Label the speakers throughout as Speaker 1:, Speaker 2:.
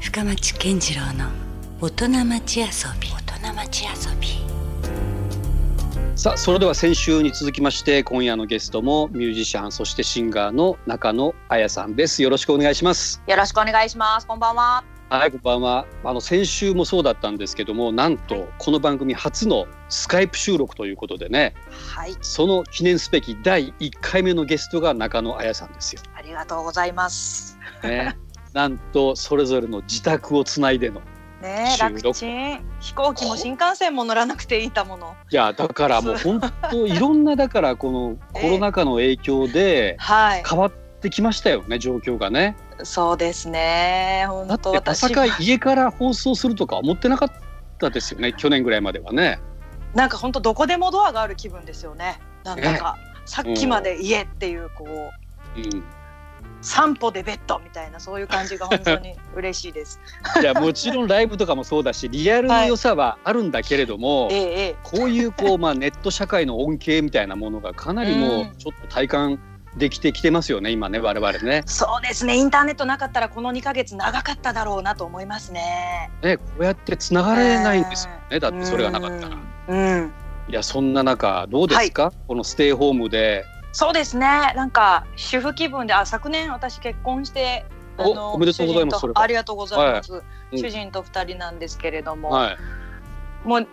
Speaker 1: 深町健次郎の大人町遊び大人町遊び
Speaker 2: さあそれでは先週に続きまして今夜のゲストもミュージシャンそしてシンガーの中野彩さんですよろしくお願いします
Speaker 3: よろしくお願いします。こんばんは。
Speaker 2: はいこんばんはあの先週もそうだったんですけどもなんとこの番組初のスカイプ収録ということでね
Speaker 3: はい、
Speaker 2: その記念すべき第1回目のゲストが中野彩さんですよ
Speaker 3: ありがとうございます。
Speaker 2: ねなんとそれぞれの自宅をつないでの
Speaker 3: ねえ、
Speaker 2: 収録
Speaker 3: 楽ちん。飛行機も新幹線も乗らなくていいたもの。
Speaker 2: いやだからもう本当 いろんなだからこのコロナ禍の影響で
Speaker 3: はい。
Speaker 2: 変わってきましたよね状況がね。
Speaker 3: そうですね。
Speaker 2: だっ
Speaker 3: 本
Speaker 2: て
Speaker 3: 当
Speaker 2: まさ
Speaker 3: 私
Speaker 2: か家から放送するとか思ってなかったですよ ね去年ぐらいまではね。
Speaker 3: なんか本当どこでもドアがある気分ですよね。なんだか、さっきまで家っていうこう
Speaker 2: うん、
Speaker 3: 散歩でベッドみたいなそういう感じが本当に嬉しいです。
Speaker 2: い やもちろんライブとかもそうだしリアルの良さはあるんだけれども、
Speaker 3: ええええ。
Speaker 2: こういうこう、まあ、ネット社会の恩恵みたいなものがかなりも
Speaker 3: うん
Speaker 2: うちょっと体感できてきてますよね今ね我々ね。
Speaker 3: そうですね。インターネットなかったらこの2ヶ月長かっただろうなと思いますね。
Speaker 2: ねこうやってつながれないんですよねだってそれがなかったら。
Speaker 3: うん。うん
Speaker 2: いやそんな中どうですか、このステイホームで
Speaker 3: そうですね。なんか主婦気分で、あ、昨年私結婚して。あ
Speaker 2: お
Speaker 3: の
Speaker 2: おめでとうございます
Speaker 3: 主人
Speaker 2: それは
Speaker 3: ありがとうございます。
Speaker 2: いうん
Speaker 3: 主人と二人なんですけれども、
Speaker 2: はい
Speaker 3: もう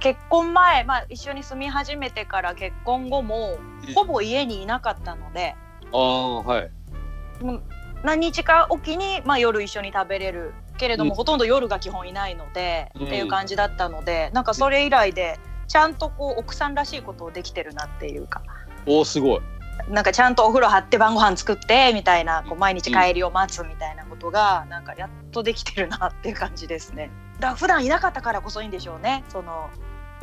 Speaker 3: 結婚前、まあ一緒に住み始めてから結婚後も
Speaker 2: うん
Speaker 3: ほぼ家にいなかったので、
Speaker 2: ああはい
Speaker 3: 何日かおきにまあ夜一緒に食べれるけれど
Speaker 2: う
Speaker 3: も、
Speaker 2: ん
Speaker 3: ほとんど夜が基本いないので、
Speaker 2: うん
Speaker 3: っていう感じだったので、なんかそれ以来でちゃんとこう奥さんらしいことをできてるなっていうか。
Speaker 2: おおすごい
Speaker 3: なんかちゃんとお風呂張って晩ご飯作ってみたいなこう毎日帰りを待つみたいなことがなんかやっとできてるなっていう感じですね。 だから普段いなかったからこそいいんでしょうね。その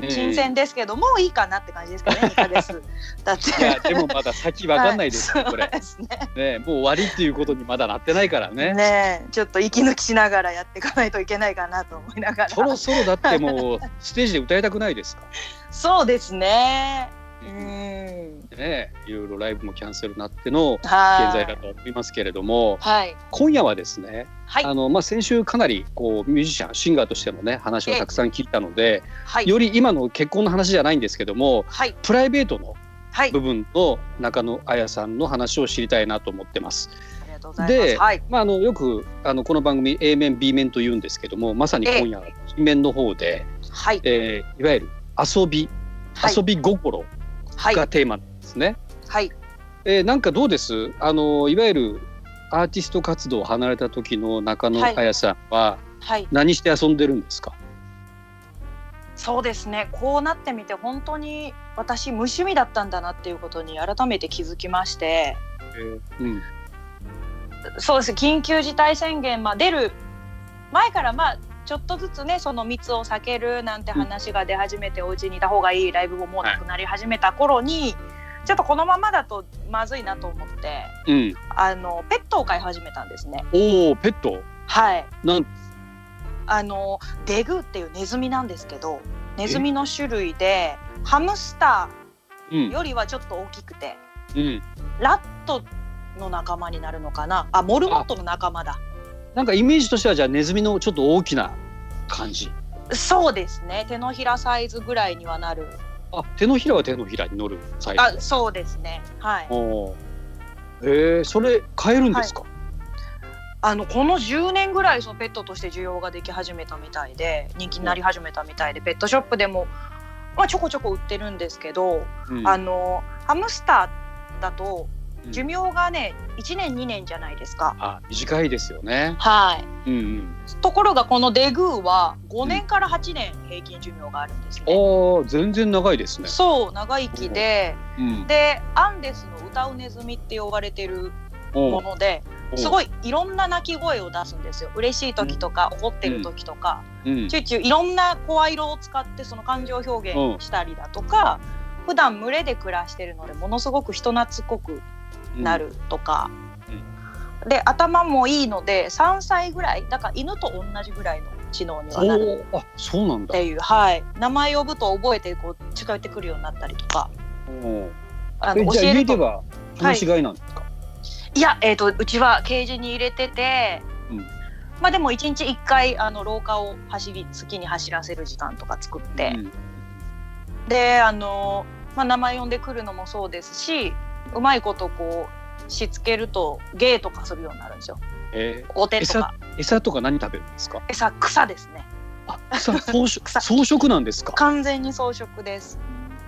Speaker 3: 新鮮ですけど、もういいかなって感じですかね。2ヶ月だって。
Speaker 2: いやでもまだ先わかんないですよ、
Speaker 3: はい
Speaker 2: これ
Speaker 3: そうですね。
Speaker 2: ねもう終わりっていうことにまだなってないからね
Speaker 3: ねえちょっと息抜きしながらやっていかないといけないかなと思いながら。
Speaker 2: そろそろだって もうステージで歌いたくないですか
Speaker 3: そうですね。う
Speaker 2: ね
Speaker 3: ん。
Speaker 2: いろいろライブもキャンセルになっての現
Speaker 3: はい。
Speaker 2: 在だと思いますけれども
Speaker 3: はい。
Speaker 2: 今夜はですね、
Speaker 3: はい
Speaker 2: あのまあ、先週かなりこうミュージシャンシンガーとしてのね話をたくさん聞いたので
Speaker 3: はい。
Speaker 2: より今の結婚の話じゃないんですけども
Speaker 3: はい。
Speaker 2: プライベートの
Speaker 3: はい。
Speaker 2: 部分の中野彩さんの話を知りたいなと思ってます。
Speaker 3: ありがとうございます。
Speaker 2: で
Speaker 3: はい。
Speaker 2: まあ、あのよくあのこの番組 A 面 B 面と言うんですけどもまさに今夜は B 面の方で、
Speaker 3: はい。
Speaker 2: えーいわゆる遊び
Speaker 3: はい
Speaker 2: 遊び心
Speaker 3: はい。
Speaker 2: がテーマなんですね。
Speaker 3: はい。
Speaker 2: えーなんかどうですあのいわゆるアーティスト活動を離れた時の中野
Speaker 3: はい
Speaker 2: 彩さんは
Speaker 3: はい。
Speaker 2: 何して遊んでるんですか、
Speaker 3: そうですねこうなってみて本当に私無趣味だったんだなっていうことに改めて気づきまして
Speaker 2: うん
Speaker 3: そうです緊急事態宣言、まあ、出る前からまあちょっとずつねその密を避けるなんて話が出始めてお家にいた方がいいライブももうなくなり始めた頃に、ちょっとこのままだとまずいなと思って
Speaker 2: うん、
Speaker 3: あのペットを飼い始めたんですね。
Speaker 2: おおペット
Speaker 3: はい
Speaker 2: なん
Speaker 3: あのデグーっていうネズミなんですけどネズミの種類でハムスタ
Speaker 2: うん
Speaker 3: ーよりはちょっと大きくて
Speaker 2: うん、
Speaker 3: ラットの仲間になるのかなあモルモットの仲間だ
Speaker 2: なんかイメージとしてはじゃあネズミのちょっと大きな感じ
Speaker 3: そうですね手のひらサイズぐらいにはなる
Speaker 2: あ手のひらは手のひらに乗るサイズ
Speaker 3: あそうですねはい
Speaker 2: おーえー、それ買えるんですか、
Speaker 3: あのこの10年ぐらいそのペットとして需要ができ始めたみたいで人気になり始めたみたいでペットショップでも、まあ、ちょこちょこ売ってるんですけど、
Speaker 2: うん
Speaker 3: あのハムスターだと
Speaker 2: うん
Speaker 3: 寿命がね1年2年じゃないですか。
Speaker 2: あ短いですよね。
Speaker 3: はい
Speaker 2: うんうん、
Speaker 3: ところがこのデグーは5年から8年平均寿命があるんですね。
Speaker 2: ああ全然長いですね。
Speaker 3: そう長生きで、
Speaker 2: うん、
Speaker 3: でアンデスの歌うネズミって呼ばれてるも
Speaker 2: お
Speaker 3: のです
Speaker 2: い、
Speaker 3: ごいいろんな鳴き声を出すんですよ嬉しい時とか怒ってる時とか、
Speaker 2: うん
Speaker 3: チューチューいろんな声色を使ってその感情表現したりだとか、普段群れで暮らしてるのでものすごく人懐っこくな、るとか、で頭もいいので3歳ぐらいだから犬と同じぐらいの知能に
Speaker 2: うん、
Speaker 3: はなる
Speaker 2: おーあそうなん
Speaker 3: っ
Speaker 2: だ。
Speaker 3: ていう、はい、名前呼ぶと覚えてこう近寄ってくるようになったりとか
Speaker 2: おー
Speaker 3: あ
Speaker 2: え
Speaker 3: の
Speaker 2: じゃあ
Speaker 3: 教え
Speaker 2: 家
Speaker 3: る
Speaker 2: で
Speaker 3: と
Speaker 2: は放し飼いなんですか。
Speaker 3: いや、えー、とうちはケージに入れてて、
Speaker 2: うん
Speaker 3: まあでも1日1回あの廊下を走り好きに走らせる時間とか作って、
Speaker 2: うん
Speaker 3: であの、まあ、名前呼んでくるのもそうですしうまいことこうしつけると芸とかするようになるんですよ。
Speaker 2: え
Speaker 3: お手とか
Speaker 2: ー餌とか何食べるんですか
Speaker 3: 餌草ですね
Speaker 2: あ草草食
Speaker 3: 草
Speaker 2: 草食なんですか
Speaker 3: 完全に草食です。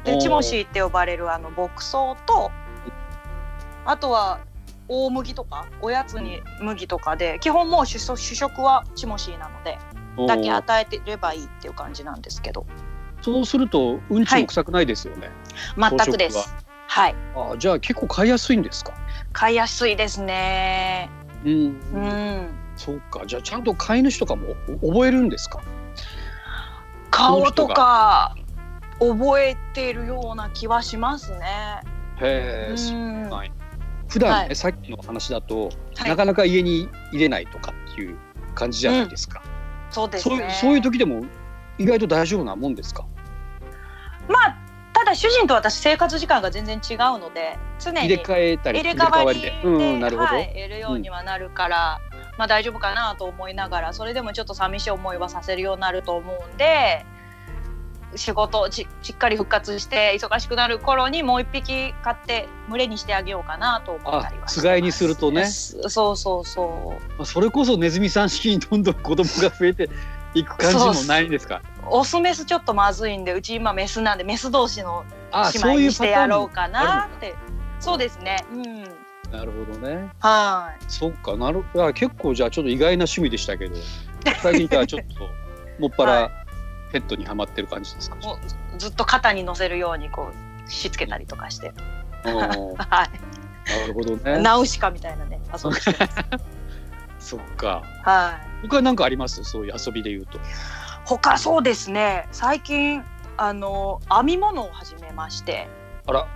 Speaker 3: で
Speaker 2: おー
Speaker 3: チモシーって呼ばれるあの牧草とあとは大麦とかおやつに麦とかで基本もう主食主食はチモシーなのでだけ
Speaker 2: おー
Speaker 3: 与えてればいいっていう感じなんですけど
Speaker 2: そうするとうんちも臭くないですよね、
Speaker 3: 全くで
Speaker 2: 草
Speaker 3: すはい
Speaker 2: あじゃあ結構買いやすいんですか
Speaker 3: 飼いやすいですね
Speaker 2: うん、
Speaker 3: うん
Speaker 2: そうかじゃあちゃんと飼い主とかもお覚えるんですか
Speaker 3: 顔とか覚えてるような気はしますね
Speaker 2: へえ、そう
Speaker 3: うん
Speaker 2: なんや普段、ね
Speaker 3: はい
Speaker 2: さっきの話だと、
Speaker 3: はい
Speaker 2: なかなか家に入れないとかっていう感じじゃないですか、
Speaker 3: そうです
Speaker 2: そういう
Speaker 3: ね
Speaker 2: そういう時でも意外と大丈夫なもんですか
Speaker 3: まあただ主人と私生活時間が全然違うので常に
Speaker 2: 入れ替えたり
Speaker 3: 入れ替わり
Speaker 2: 入
Speaker 3: で
Speaker 2: れ替わりでうん、なるほど、
Speaker 3: はい、得るようにはなるから、まあ大丈夫かなと思いながらそれでもちょっと寂しい思いはさせるようになると思うんで仕事ししっかり復活して忙しくなる頃にもう一匹買って群れにしてあげようかなと思ったりはして
Speaker 2: あ
Speaker 3: ます
Speaker 2: つがいにするとね
Speaker 3: すそうそうそう
Speaker 2: まあそれこそネズミさん式にどんどん子供が増えていく感じもないんですか
Speaker 3: オスメスちょっとまずいんでうち今メスなんでメス同士の
Speaker 2: あ
Speaker 3: 姉
Speaker 2: そう
Speaker 3: 妹
Speaker 2: い
Speaker 3: に
Speaker 2: う
Speaker 3: し
Speaker 2: パ
Speaker 3: て
Speaker 2: ター
Speaker 3: や
Speaker 2: ン
Speaker 3: ろ
Speaker 2: も
Speaker 3: うかなってそうですねうん
Speaker 2: なるほどね
Speaker 3: はい
Speaker 2: そっかなるいや結構じゃあちょっと意外な趣味でしたけど最近ではちょっともっぱ
Speaker 3: は
Speaker 2: らペットにはまってる感じですか、
Speaker 3: もうずっと肩に乗せるようにこうしつけたりとかして、
Speaker 2: うんな
Speaker 3: は
Speaker 2: るほど
Speaker 3: い、
Speaker 2: ね
Speaker 3: ナウシカみたい なね遊びしてます、
Speaker 2: そっか
Speaker 3: はい、
Speaker 2: 他なんかありますそういう遊びで言うと
Speaker 3: 他そうですね最近あの編み物を始めまして
Speaker 2: あら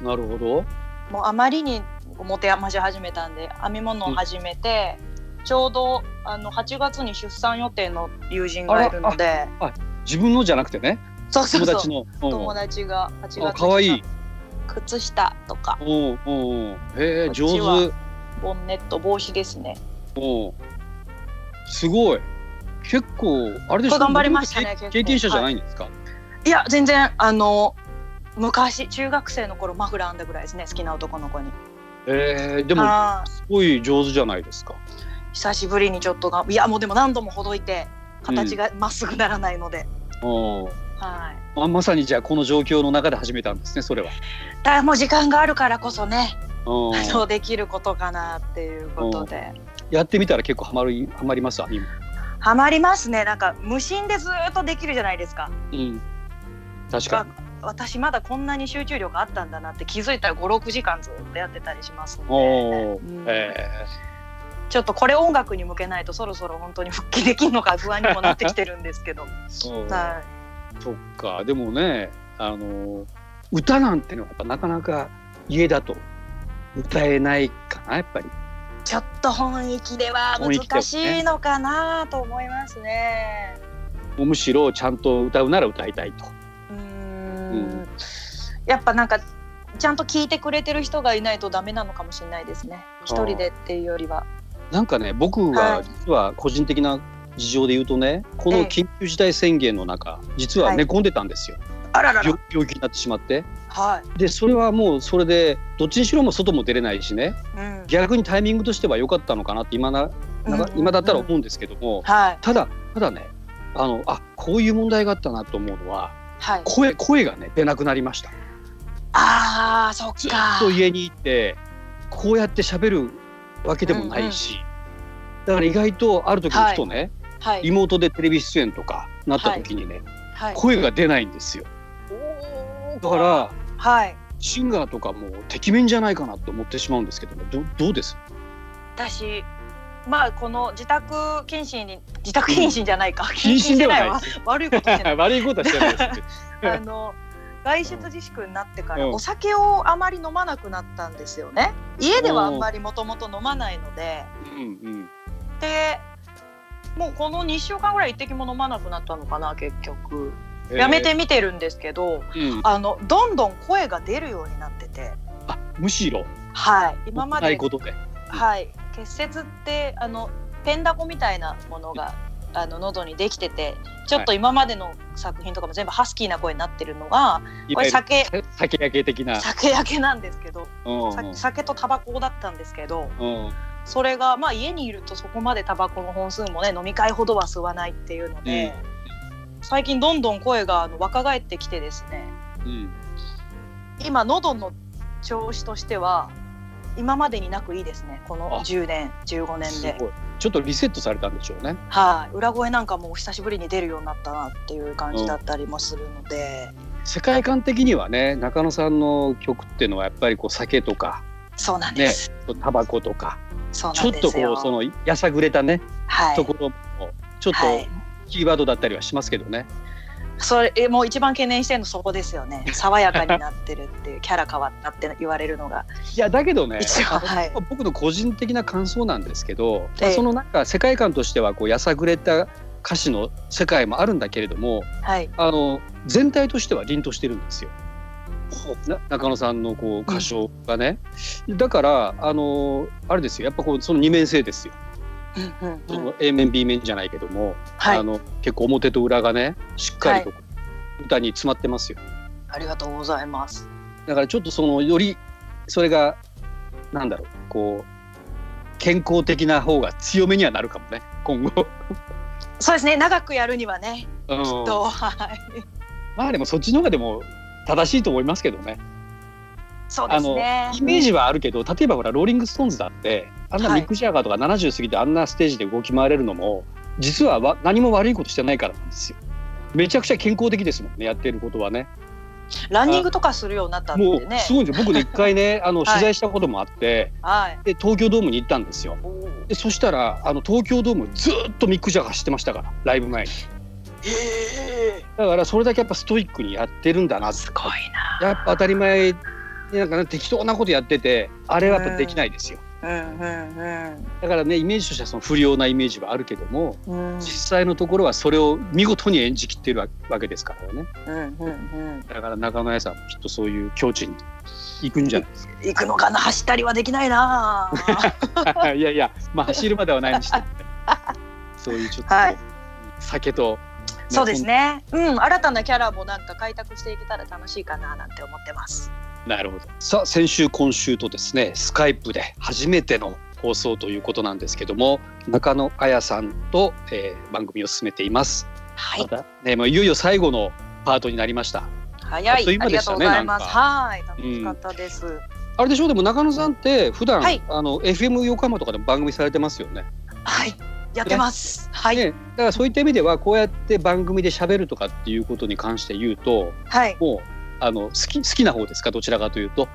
Speaker 2: なるほど
Speaker 3: もうあまりに持て余し始めたんで編み物を始めて、ちょうどあの8月に出産予定の友人がいるので
Speaker 2: 自分のじゃなくてね
Speaker 3: そうそ
Speaker 2: 友
Speaker 3: うそう
Speaker 2: 達の
Speaker 3: 友達が8月
Speaker 2: あかわいい
Speaker 3: 靴下とか
Speaker 2: おうおうおうへえ
Speaker 3: こっち
Speaker 2: 上
Speaker 3: は
Speaker 2: 手
Speaker 3: ボンネット帽子ですね
Speaker 2: おうすごい結構あれでしょ
Speaker 3: これ頑張りましたね
Speaker 2: 僕も
Speaker 3: 結構
Speaker 2: 経経験者じゃないんですか、
Speaker 3: いや全然あの昔中学生の頃マフラー編んだぐらいですね好きな男の子に
Speaker 2: えーでも
Speaker 3: あー
Speaker 2: すごい上手じゃないですか
Speaker 3: 久しぶりにちょっとがいやもうでも何度もほどいて形がまっすぐならないので、
Speaker 2: おう
Speaker 3: はい
Speaker 2: ままさにじゃあこの状況の中で始めたんですねそれは。
Speaker 3: だからもう時間があるからこそね
Speaker 2: うん
Speaker 3: あのできることかなっていうことで
Speaker 2: やってみたら結構ハマるハマりますわ今。
Speaker 3: ハマりますねなんか無心でずーっとできるじゃないですか
Speaker 2: うん、確かに。
Speaker 3: あ私まだこんなに集中力あったんだなって気づいたら56時間ずーっとやってたりしますんで、
Speaker 2: おお
Speaker 3: う、ん
Speaker 2: え
Speaker 3: ちょっとこれ音楽に向けないとそろそろ本当に復帰できるのか不安にもなってきてるんですけど、は
Speaker 2: ー、そう
Speaker 3: い、
Speaker 2: そっかでもねあの歌なんてのはやっぱなかなか家だと歌えないかなやっぱり。
Speaker 3: ちょっと本域では難しいのかなと思いますね。
Speaker 2: もうむしろちゃんと歌うなら歌いたいと。
Speaker 3: うー
Speaker 2: うん
Speaker 3: やっぱなんかちゃんと聞いてくれてる人がいないとダメなのかもしれないですね。一人でっていうよりは。
Speaker 2: なんかね僕
Speaker 3: は
Speaker 2: はい実は個人的な事情で言うとねこ
Speaker 3: ええ
Speaker 2: の緊急事態宣言の中実は
Speaker 3: はい
Speaker 2: 寝込んでたんですよ、
Speaker 3: あららら
Speaker 2: 病。病気になってしまって。
Speaker 3: はい。
Speaker 2: でそれはもうそれでどっちにしろもう外も出れないしね
Speaker 3: うん。
Speaker 2: 逆にタイミングとしては良かったのかなって今ななんか
Speaker 3: うん
Speaker 2: 今だったら思うんですけども、
Speaker 3: はい。
Speaker 2: ただただねあのあこういう問題があったなと思うのは
Speaker 3: はい。
Speaker 2: 声声がね出なくなりました
Speaker 3: ああ、そっ
Speaker 2: ずっ
Speaker 3: か。
Speaker 2: と家にいてこうやって喋るわけでもないし、だから意外とある時
Speaker 3: はい
Speaker 2: ふとね、
Speaker 3: はい。
Speaker 2: リモートでテレビ出演とかなった時にね、
Speaker 3: はい。
Speaker 2: 声が出ないんですよ
Speaker 3: おー
Speaker 2: だか。ら
Speaker 3: はい。
Speaker 2: シンガーとかもてきめんじゃないかなと思ってしまうんですけどもどどうです
Speaker 3: 私。まあ、この自宅謹慎に、自宅謹慎じゃないか。
Speaker 2: 謹慎ではない
Speaker 3: 謹慎じゃ わ。悪いことしてない。
Speaker 2: 悪いことはしてないですけど。
Speaker 3: あの外出自粛になってから
Speaker 2: うん
Speaker 3: お酒をあまり飲まなくなったんですよね。家ではあんまりもともと飲まないので、
Speaker 2: うんうん。
Speaker 3: で、もうこの2週間ぐらい一滴も飲まなくなったのかな結局。
Speaker 2: えー
Speaker 3: やめて。みてるんですけど、
Speaker 2: うん。
Speaker 3: あのどんどん声が出るようになってて、
Speaker 2: あむしろ
Speaker 3: はい。今ま
Speaker 2: な
Speaker 3: で
Speaker 2: いことで。
Speaker 3: はい結節ってあのペンダコみたいなものがあの喉にできててちょっと今までの作品とかも全部ハスキーな声になってるのがこれ酒
Speaker 2: 酒焼け的な。
Speaker 3: 酒焼けなんですけど
Speaker 2: うん
Speaker 3: さ酒とタバコだったんですけど
Speaker 2: うん
Speaker 3: それがまあ家にいるとそこまでタバコの本数もね飲み会ほどは吸わないっていうので、最近どんどん声があの若返ってきてですね
Speaker 2: うん
Speaker 3: 今喉の調子としては今までになくいいですねこの
Speaker 2: あ
Speaker 3: 10年15年
Speaker 2: す
Speaker 3: で
Speaker 2: ごいちょっとリセットされたんでしょうね。
Speaker 3: はい裏声なんかもお久しぶりに出るようになったなっていう感じだったりもするので、
Speaker 2: 世界観的にはね中野さんの曲っていうのはやっぱりこう酒とか
Speaker 3: そうなんです、
Speaker 2: タバコとか
Speaker 3: そう
Speaker 2: ち
Speaker 3: な
Speaker 2: ょ
Speaker 3: ん
Speaker 2: っ
Speaker 3: で
Speaker 2: と
Speaker 3: す
Speaker 2: こ
Speaker 3: よ
Speaker 2: うそのやさぐれたね
Speaker 3: はい
Speaker 2: ところもちょっと
Speaker 3: はい、
Speaker 2: キーワードだったりはしますけどね。
Speaker 3: それもう一番懸念してるのそこです よね爽やかになってるっていうキャラ変わったって言われるの が
Speaker 2: いやだけどね
Speaker 3: 一応はい
Speaker 2: 僕の個人的な感想なんですけど、
Speaker 3: ええ
Speaker 2: そのなんか世界観としてはこうやさぐれた歌詞の世界もあるんだけれども
Speaker 3: はい
Speaker 2: あの全体としては凛としてるんですよ。な中野さんのこう歌唱がね、だからあのあれですよやっぱこうその二面性ですよ、
Speaker 3: うんうんうん
Speaker 2: その A 面 B 面じゃないけども、
Speaker 3: はい
Speaker 2: あの結構表と裏がねしっかりと歌に詰まってますよ。
Speaker 3: ありがとうございます。
Speaker 2: だからちょっとそのよりそれがなんだろうこう健康的な方が強めにはなるかもね今後。
Speaker 3: そうですね、長くやるにはね、
Speaker 2: うん
Speaker 3: きっと、はい。
Speaker 2: まあでもそっちの方がでも正しいと思いますけどね。
Speaker 3: そうですね。
Speaker 2: イメージはあるけど例えばほらローリング・ストーンズだってあんな
Speaker 3: はい
Speaker 2: ミック・ジャガーとか70過ぎてあんなステージで動き回れるのも実はわ何も悪いことしてないからなんですよ。めちゃくちゃ健康的ですもんねやってることはね。
Speaker 3: ランニングとかするようになったん
Speaker 2: も
Speaker 3: で
Speaker 2: う
Speaker 3: ね。
Speaker 2: すごいんですよ僕ね一回 ねあの
Speaker 3: い
Speaker 2: 取材したこともあって、
Speaker 3: はい。
Speaker 2: で東京ドームに行ったんですよ。でそしたらあの東京ドームずーっとミック・ジャガー走ってましたからライブ前にだからそれだけやっぱストイックにやってるんだなって
Speaker 3: すごいな。
Speaker 2: やっぱ当たり前になんかね適当なことやっててあれはやっぱできないですよ
Speaker 3: うんうん
Speaker 2: だからねイメージとしてはその不良なイメージはあるけども
Speaker 3: うん。うん
Speaker 2: 実際のところはそれを見事に演じきってるわわけですからね
Speaker 3: うんうん
Speaker 2: だから中野屋さんもきっとそういう境地に行くんじゃないです
Speaker 3: うん。行くのかな、走ったりはできな いな。
Speaker 2: か いやいやまあ走るまではないにしてもねそういうちょっと、
Speaker 3: はい
Speaker 2: 酒と、
Speaker 3: そうですね。うん、新たなキャラもなんか開拓していけたら楽しいかななんて思ってます。
Speaker 2: なるほど。さあ先週今週とですねスカイプで初めての放送ということなんですけども中野彩さんと、えー番組を進めています。
Speaker 3: は
Speaker 2: ま
Speaker 3: い。
Speaker 2: たねもういよいよ最後のパートになりました。
Speaker 3: 早
Speaker 2: あっとい
Speaker 3: い。
Speaker 2: う
Speaker 3: あ
Speaker 2: 間
Speaker 3: り
Speaker 2: で
Speaker 3: が
Speaker 2: した
Speaker 3: と
Speaker 2: ね
Speaker 3: うございま
Speaker 2: な
Speaker 3: す。
Speaker 2: んか
Speaker 3: はい。楽しかったです。
Speaker 2: あれでしょうでも中野さんって普段、
Speaker 3: はい
Speaker 2: あの FM 横浜とかでも番組されてますよね。
Speaker 3: はい。やってます。はい。
Speaker 2: ねだからそういった意味ではこうやって番組で喋るとかっていうことに関して言うと
Speaker 3: はい。
Speaker 2: もうあの好き好きな方ですかどちらかというと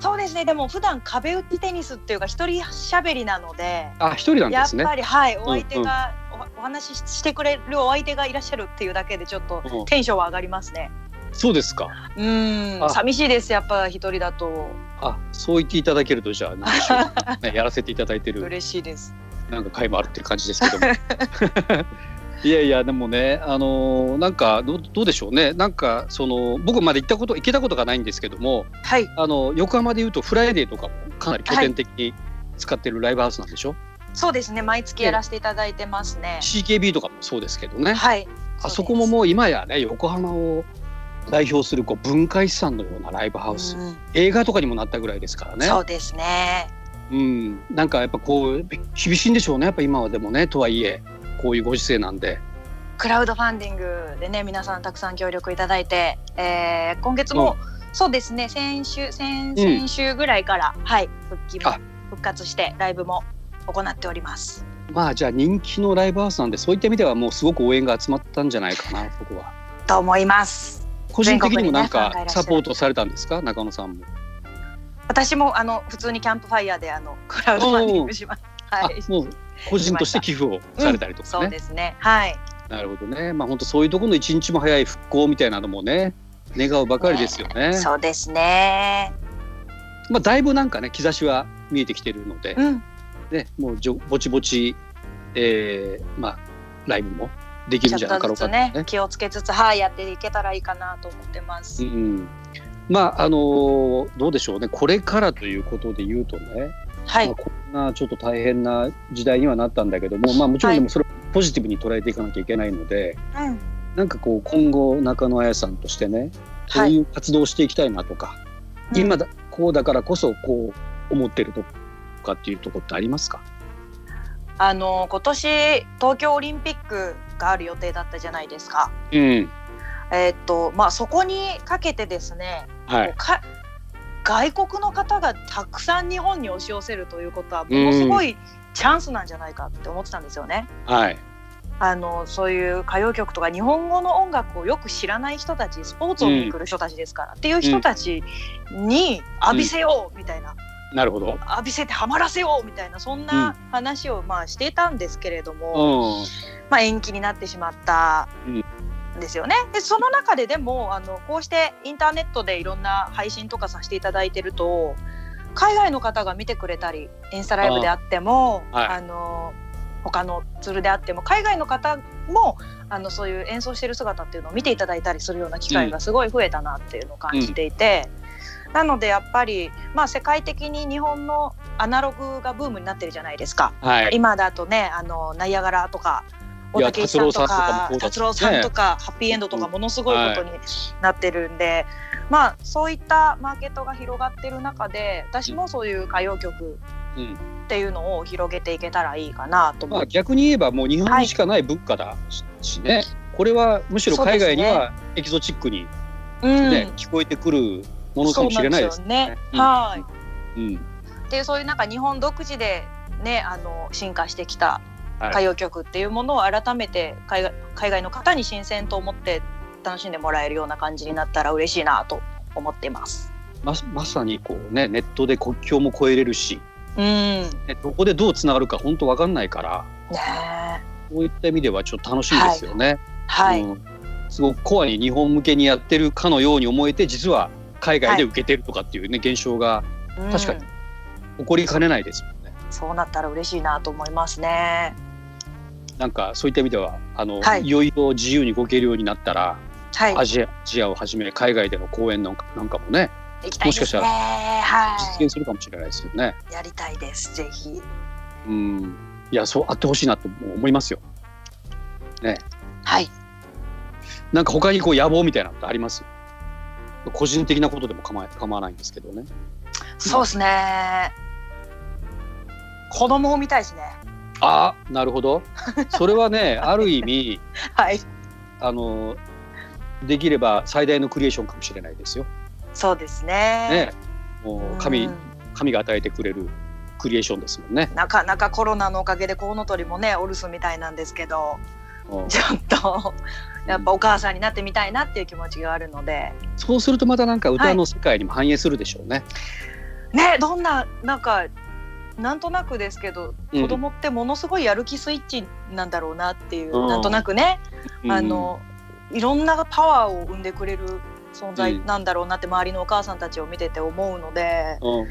Speaker 3: そうですね。でも普段壁打ちテニスっていうか一人喋りなので、
Speaker 2: あ一人なんで
Speaker 3: やっ
Speaker 2: すね。
Speaker 3: ぱりはいお
Speaker 2: ん
Speaker 3: 相手が、おお話ししてくれるお相手がいらっしゃるっていうだけでちょっと
Speaker 2: うん
Speaker 3: テンションは上がりますね。
Speaker 2: そうですか。
Speaker 3: うー
Speaker 2: あ
Speaker 3: ん。寂しいです。やっぱ一人だと
Speaker 2: あそう言っていただけるとじゃあ何でしょう、 ね、やらせていただいてる
Speaker 3: 嬉しいです。
Speaker 2: なんか回もあるっていう感じですけども。 いやいやでもねあのーなんかどうどうでしょうねなんかその僕まだ行ったこと行けたことがないんですけども
Speaker 3: はい。
Speaker 2: あの横浜でいうとフライデーとかもかなり拠点的に使ってるライブハウスなんでしょ、
Speaker 3: そうですね。毎月やらせていただいてますね。
Speaker 2: CKB とかもそうですけどね、
Speaker 3: はい。
Speaker 2: あそこももう今やね横浜を代表するこう文化遺産のようなライブハ
Speaker 3: う
Speaker 2: ウス、
Speaker 3: ん
Speaker 2: 映画とかにもなったぐらいですからね。
Speaker 3: そうですね。
Speaker 2: うん、なんかやっぱこうび厳しいんでしょうねやっぱ今はでもねとはいえこういうご時世なんで
Speaker 3: クラウドファンディングでね皆さんたくさん協力いただいて、えー今月も、そうですね先週先先週ぐらいから、はい復帰も
Speaker 2: あ
Speaker 3: 復活してライブも行っております
Speaker 2: まあじゃあ人気のライブハウスなんでそういった意味ではもうすごく応援が集まったんじゃないかなそこは
Speaker 3: と思います
Speaker 2: 個人的にもなん
Speaker 3: 全国にねファンがい
Speaker 2: から
Speaker 3: っし
Speaker 2: サ
Speaker 3: ゃる
Speaker 2: ポートされたんですか中野さんも、
Speaker 3: 私もあの普通にキャンプファイヤーであのクラウドファンディングしますはい
Speaker 2: あもう個人として寄付をされたりとか
Speaker 3: そう
Speaker 2: ね、
Speaker 3: ですねはい
Speaker 2: なるほどねまあ本当そういうところの一日も早い復興みたいなのもね願うばかりですよね
Speaker 3: そうですね
Speaker 2: まあだいぶなんかね兆しは見えてきてるので、
Speaker 3: うん
Speaker 2: ね、もうじょぼちぼち、えーまあ、ライブもでき
Speaker 3: ち
Speaker 2: る
Speaker 3: ょ
Speaker 2: ん
Speaker 3: っ
Speaker 2: じゃなかろ
Speaker 3: と
Speaker 2: う
Speaker 3: ず
Speaker 2: か
Speaker 3: つ
Speaker 2: と
Speaker 3: ね気をつけつつはいやっていけたらいいかなと思ってます、
Speaker 2: うん、まああのどうでしょうねこれからということで言うとね、
Speaker 3: は
Speaker 2: ま
Speaker 3: い
Speaker 2: あこなちょっと大変な時代にはなったんだけども、まあ、もちろんでもそれをポジティブに捉えていかなきゃいけないので、
Speaker 3: うん
Speaker 2: なんかこう今後中野彩さんとしてねこ
Speaker 3: は
Speaker 2: う
Speaker 3: い
Speaker 2: いう活動をしていきたいなとか、
Speaker 3: うん
Speaker 2: 今だこうだからこそこう思ってるとかっていうところってありますか、
Speaker 3: あの今年東京オリンピックがある予定だったじゃないですか。
Speaker 2: うん
Speaker 3: えーっとまあそこにかけてですね、
Speaker 2: はい
Speaker 3: か外国の方がたくさん日本に押し寄せるということはものすごいチャンスなんじゃないかって思ってたんですよね。
Speaker 2: はい、
Speaker 3: あのそういう歌謡曲とか日本語の音楽をよく知らない人たちスポーツを見に来る人たちですから、っていう人たちに浴びせようみたいな、
Speaker 2: なるほど。
Speaker 3: 浴びせてハマらせようみたいなそんな話をまあしてたんですけれども、
Speaker 2: う
Speaker 3: まあ、延期になってしまった
Speaker 2: うん
Speaker 3: んですよね。でその中ででもあのこうしてインターネットでいろんな配信とかさせていただいてると海外の方が見てくれたりインスタライブであっても
Speaker 2: あ
Speaker 3: あ、
Speaker 2: はい
Speaker 3: の他のツールであっても海外の方もあのそういう演奏してる姿っていうのを見ていただいたりするような機会がすごい増えたなっていうのを感じていて。なのでやっぱり、まあ、世界的に日本のアナログがブームになってるじゃないですか。
Speaker 2: ん、はい。
Speaker 3: 今だとねあのナイアガラとか
Speaker 2: い
Speaker 3: 小
Speaker 2: や
Speaker 3: 竹井さんとか
Speaker 2: 達
Speaker 3: 達
Speaker 2: 郎
Speaker 3: 郎
Speaker 2: さ
Speaker 3: さ
Speaker 2: ん
Speaker 3: ん
Speaker 2: と
Speaker 3: とか、ハッピーエンドとかものすごいことに
Speaker 2: は
Speaker 3: なってるんで、まあそういったマーケットが広がってる中で私もそういう歌謡曲
Speaker 2: うん
Speaker 3: っていうのを広げていけたらいいかなと
Speaker 2: ま
Speaker 3: 思
Speaker 2: あ
Speaker 3: って、
Speaker 2: 逆に言えばもう日本にしかない文化だししね。これはむしろ海外にはエキゾチックに
Speaker 3: うん
Speaker 2: ね聞こえてくるものかもしれないです
Speaker 3: そうなん
Speaker 2: ね
Speaker 3: ですよね。。はい
Speaker 2: うん。うん
Speaker 3: っていうそういうなんか日本独自でねあの進化してきた
Speaker 2: はい
Speaker 3: 歌謡曲っていうものを改めて海外海外の方に新鮮と思って楽しんでもらえるような感じになったら嬉しいなと思っています。
Speaker 2: ままさにこうねネットで国境も越えれるし、
Speaker 3: うんね
Speaker 2: ね、どこでどうつながるか本当わかんないから
Speaker 3: え
Speaker 2: こういった意味ではちょっと楽しみですよね。
Speaker 3: はい、
Speaker 2: うんすごくコアに日本向けにやってるかのように思えて実は海外で受けてるとかっていうね、現象が
Speaker 3: うん
Speaker 2: 確かに起こりかねないですもんね。
Speaker 3: そうなったら嬉しいなと思いますね。
Speaker 2: なんかそういった意味ではあの、、
Speaker 3: はいい
Speaker 2: よいよ自由に動けるようになったら、
Speaker 3: はい、
Speaker 2: アジアアジアをはじめ海外での公演なんかなんかもね
Speaker 3: 行きた
Speaker 2: も
Speaker 3: いですね。
Speaker 2: しかしたら
Speaker 3: は
Speaker 2: 実現するかもしれないですよね。
Speaker 3: い、やりたいです。ぜひ。
Speaker 2: うんいやそうあってほしいなと思いますよ。
Speaker 3: はい。
Speaker 2: なんか他にこう野望みたいなのってあります個人的なことでも構え構わないんですけどね。
Speaker 3: そうですね。子供を見たいですね。
Speaker 2: ああなるほど。それはねある意味
Speaker 3: はい。
Speaker 2: あのできれば最大のクリエーションかもしれないですよ。
Speaker 3: そうです
Speaker 2: ね
Speaker 3: ね。
Speaker 2: も
Speaker 3: うん
Speaker 2: う神神が与えてくれるクリエーションですもんね。
Speaker 3: なかなかコロナのおかげでコウノトリもねお留守みたいなんですけど
Speaker 2: うん
Speaker 3: ちょっとやっぱお母さんになってみたいなっていう気持ちがあるので
Speaker 2: そうするとまたなんか歌の世界にも反映するでしょうね。
Speaker 3: ねどんななんかなんとなくですけど
Speaker 2: うん
Speaker 3: 子供ってものすごいやる気スイッチなんだろうなっていう、
Speaker 2: うん
Speaker 3: なんとなくね、
Speaker 2: うん
Speaker 3: あのいろんなパワーを生んでくれる存在なんだろうなって周りのお母さんたちを見てて思うので、
Speaker 2: うん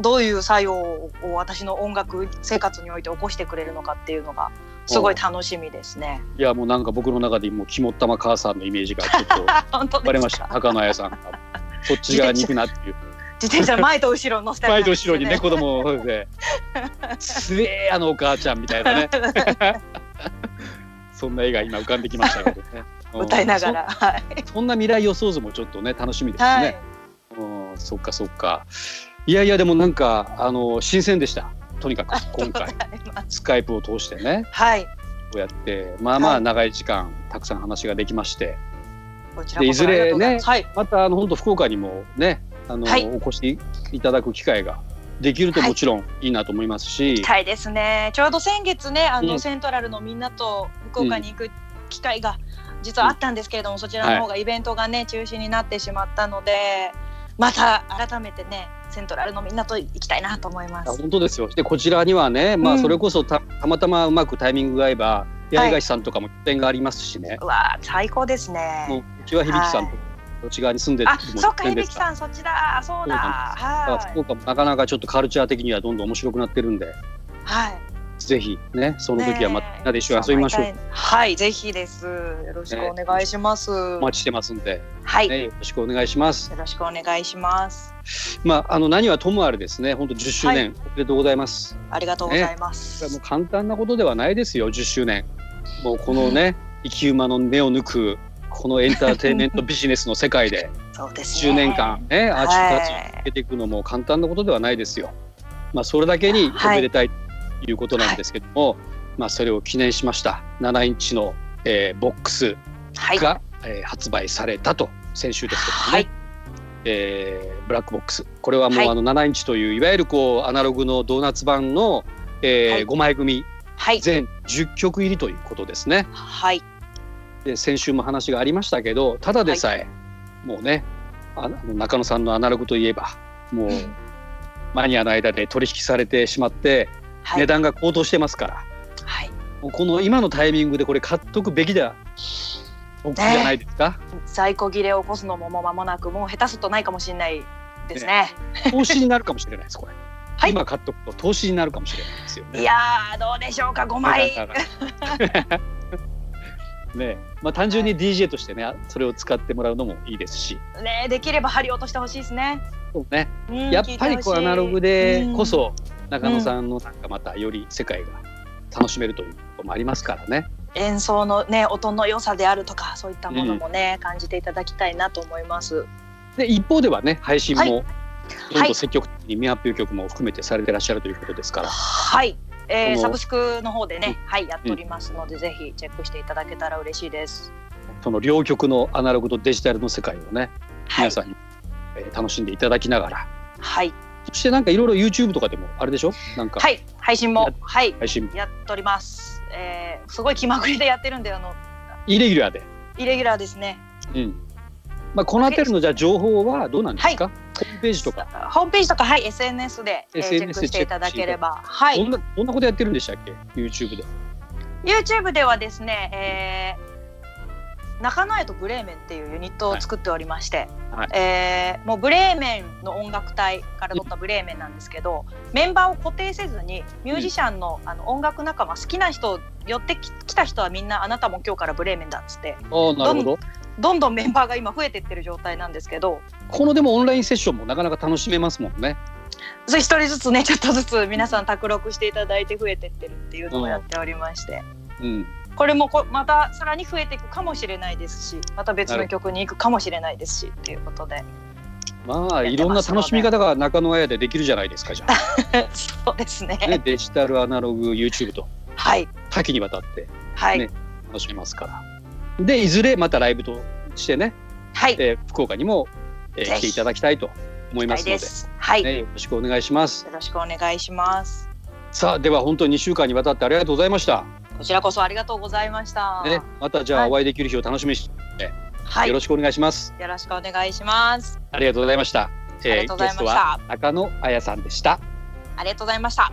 Speaker 3: どういう作用を私の音楽生活において起こしてくれるのかっていうのがすごい楽しみですね。
Speaker 2: いやもうなんか僕の中でもう肝っ玉母さんのイメージがちょっ と
Speaker 3: 本当ですか
Speaker 2: バレました高野彩さんがこっち側に行くな っていう
Speaker 3: 自転車の前と後ろに乗せ た
Speaker 2: 前
Speaker 3: り
Speaker 2: と後
Speaker 3: なんかしてね
Speaker 2: ろにね子供をそれですえあのお母ちゃんみたい なねそんな絵が今浮かんできましたけどね
Speaker 3: 歌いなが
Speaker 2: う
Speaker 3: ら、はい、
Speaker 2: んそそんな未来予想図もちょっとね楽しみですね、
Speaker 3: はい、
Speaker 2: うんそっかそっかいやいやでもなんかあの新鮮でしたとにかく今
Speaker 3: あ
Speaker 2: 回
Speaker 3: りがとうございます
Speaker 2: スカイプを通してね
Speaker 3: はい、
Speaker 2: こうやってまあま
Speaker 3: は
Speaker 2: あ
Speaker 3: い
Speaker 2: 長い時間たくさん話ができまして
Speaker 3: こちら
Speaker 2: で
Speaker 3: こ
Speaker 2: いず
Speaker 3: そあ
Speaker 2: れ
Speaker 3: りがとうございます。はい、
Speaker 2: またあの本当福岡にもねあの、
Speaker 3: はい
Speaker 2: お越しいただく機会ができると
Speaker 3: はい
Speaker 2: もちろんいいなと思いますし、
Speaker 3: たいですね。ちょうど先月ね、あの、
Speaker 2: うん
Speaker 3: セントラルのみんなと福岡に行く機会が実はあったんですけれども、そちらの方がイベントがね中止になってしまったので、また改めてねセントラルのみんなと行きたいなと思いま
Speaker 2: あ
Speaker 3: す。
Speaker 2: 本当ですよでこちらにはね、ま
Speaker 3: う
Speaker 2: あ、
Speaker 3: ん
Speaker 2: それこそたたまたまうまくタイミングが合えば八重樫さんとかも出演がありますしね、
Speaker 3: うわあ最高です
Speaker 2: もう
Speaker 3: ね。
Speaker 2: うちは響さんとこっち側に住んでる
Speaker 3: あ
Speaker 2: の、も
Speaker 3: そっか、
Speaker 2: 出
Speaker 3: ひ
Speaker 2: 演で
Speaker 3: び
Speaker 2: す
Speaker 3: きさん、そっちだ、そう
Speaker 2: ら
Speaker 3: だ、
Speaker 2: だから
Speaker 3: は
Speaker 2: 福岡もなかなかちょっとカルチャー的にはどんどん面白くなってるんで
Speaker 3: い、はい、
Speaker 2: ぜひねその時はまたみんなで一緒に遊びましょう、
Speaker 3: ねえはいぜひですよろしくお願いします、
Speaker 2: お待ちしてますんで、
Speaker 3: はい、
Speaker 2: ね、よろしくお願いします
Speaker 3: よろしくお願いします
Speaker 2: まああの何はともあれですね本当10周年、おめでとうございます
Speaker 3: ありがとうございま
Speaker 2: こ
Speaker 3: す、
Speaker 2: れはもう簡単なことではないですよ10周年もうこのね、生き馬の根を抜くこのエンターテインメントビジネスの世界 で
Speaker 3: そうですね
Speaker 2: 10年間ねアーチ活動を
Speaker 3: はい
Speaker 2: 続けていくのも簡単なことではないですよ。まあそれだけにお
Speaker 3: はい
Speaker 2: めでたいということなんですけども、まあそれを記念しました7インチの、えーボックス
Speaker 3: はい
Speaker 2: が、えー発売されたと先週ですけどもね、
Speaker 3: はい
Speaker 2: えーブラックボックスこれはもう
Speaker 3: はい
Speaker 2: あの7インチといういわゆるこうアナログのドーナツ版の、えー
Speaker 3: はい
Speaker 2: 5枚組
Speaker 3: はい
Speaker 2: 全10曲入りということですね。
Speaker 3: はい
Speaker 2: で先週も話がありましたけどただでさえ、もうねあの中野さんのアナログといえばもうマニアの間で取引されてしまって
Speaker 3: はい
Speaker 2: 値段が高騰してますから、
Speaker 3: はい
Speaker 2: もうこの今のタイミングでこれ買っとくべきだ僕じゃないですか、
Speaker 3: 在庫切れを起こすのももう間もなくもう下手するとないかもしれないですね
Speaker 2: 投資になるかもしれないですこれ、
Speaker 3: はい
Speaker 2: 今買っとくと投資になるかもしれないですよね。
Speaker 3: いやーどうでしょうか5枚
Speaker 2: だから ねまあ、単純に DJ としてねそれを使ってもらうのもいいですし、
Speaker 3: ねできれば針落としてほしいですね、
Speaker 2: そうね、
Speaker 3: うん
Speaker 2: やっぱりこうアナログでこ、そ中野
Speaker 3: 野
Speaker 2: さ
Speaker 3: さ
Speaker 2: んのなんかまたより世界が楽しめるということもありますからね。
Speaker 3: 聞いてほしいうん演奏のね音の良さであるとかそういったものもね、感じていただきたいなと思います
Speaker 2: で一方ではね配信も
Speaker 3: はい
Speaker 2: どんどん積極的に未発表曲も含めてされてらっしゃるということですから、
Speaker 3: はい、えー
Speaker 2: この
Speaker 3: サブスクの方でね、はいやっておりますので、ぜひチェックしていただけたら嬉しいです
Speaker 2: その両極のアナログとデジタルの世界をね
Speaker 3: はい
Speaker 2: 皆さんに、えー楽しんでいただきながら
Speaker 3: はい
Speaker 2: そしてなんかいろいろ YouTube とかでもあれでしょなんか
Speaker 3: はい配信もはい
Speaker 2: 配信
Speaker 3: やっております、えー、すごい気まぐれでやってるんであの
Speaker 2: イレギュラーで、
Speaker 3: イレギュラーですね
Speaker 2: うんまあ、この辺りのじゃあ情報はどうなんですか、ホームページとか、
Speaker 3: ホームページとかはい SNS で、えー
Speaker 2: SNS
Speaker 3: チェックしていただければはい
Speaker 2: どんなどんなことやってるんでしたっけ YouTube で。
Speaker 3: YouTube ではですね、えー中野屋とブレーメンっていうユニットを作っておりまして、
Speaker 2: はい
Speaker 3: えーもうブレーメンの音楽隊から取ったブレーメンなんですけど、メンバーを固定せずにミュージシャンの,、あの音楽仲間好きな人寄ってき来た人はみんなあなたも今日からブレーメンだっつって
Speaker 2: ああなるほど
Speaker 3: どんどんメンバーが今増えてってる状態なんですけど
Speaker 2: このでもオンラインセッションもなかなか楽しめますもんね。
Speaker 3: それ一人ずつねちょっとずつ皆さん卓録していただいて増えてってるっていうのをやっておりまして。
Speaker 2: うん、
Speaker 3: これもこまたさらに増えていくかもしれないですしまた別の曲に行くかもしれないですしっていうことで
Speaker 2: まあ
Speaker 3: やってます
Speaker 2: いろんな楽しみ方が中野綾でできるじゃないですかじゃ
Speaker 3: そうですね
Speaker 2: あ、ね、デジタルアナログ YouTube と
Speaker 3: はい
Speaker 2: 多岐にわたって
Speaker 3: はい、
Speaker 2: ね楽しめますからでいずれまたライブとしてね、
Speaker 3: はい
Speaker 2: えー福岡にも、えー
Speaker 3: ぜひ
Speaker 2: 来ていただきたいと思いま
Speaker 3: はい
Speaker 2: すの
Speaker 3: で
Speaker 2: です
Speaker 3: はい、
Speaker 2: ね、よろしくお願いします
Speaker 3: よろしくお願いします
Speaker 2: さあでは本当に2週間にわたってありがとうございました、
Speaker 3: こちらこそありがとうございました、
Speaker 2: ね、またじゃ
Speaker 3: は
Speaker 2: あ
Speaker 3: い
Speaker 2: お会いできる日を楽しみにし
Speaker 3: はい
Speaker 2: よ
Speaker 3: よ
Speaker 2: ろしくお願いします、
Speaker 3: ろしくお願いします
Speaker 2: ありがとうございました、
Speaker 3: あり
Speaker 2: えー
Speaker 3: がとうご
Speaker 2: ゲ
Speaker 3: ざい
Speaker 2: ス
Speaker 3: ま
Speaker 2: ト
Speaker 3: し
Speaker 2: は
Speaker 3: た
Speaker 2: 中野綾さんでした
Speaker 3: ありがとうございました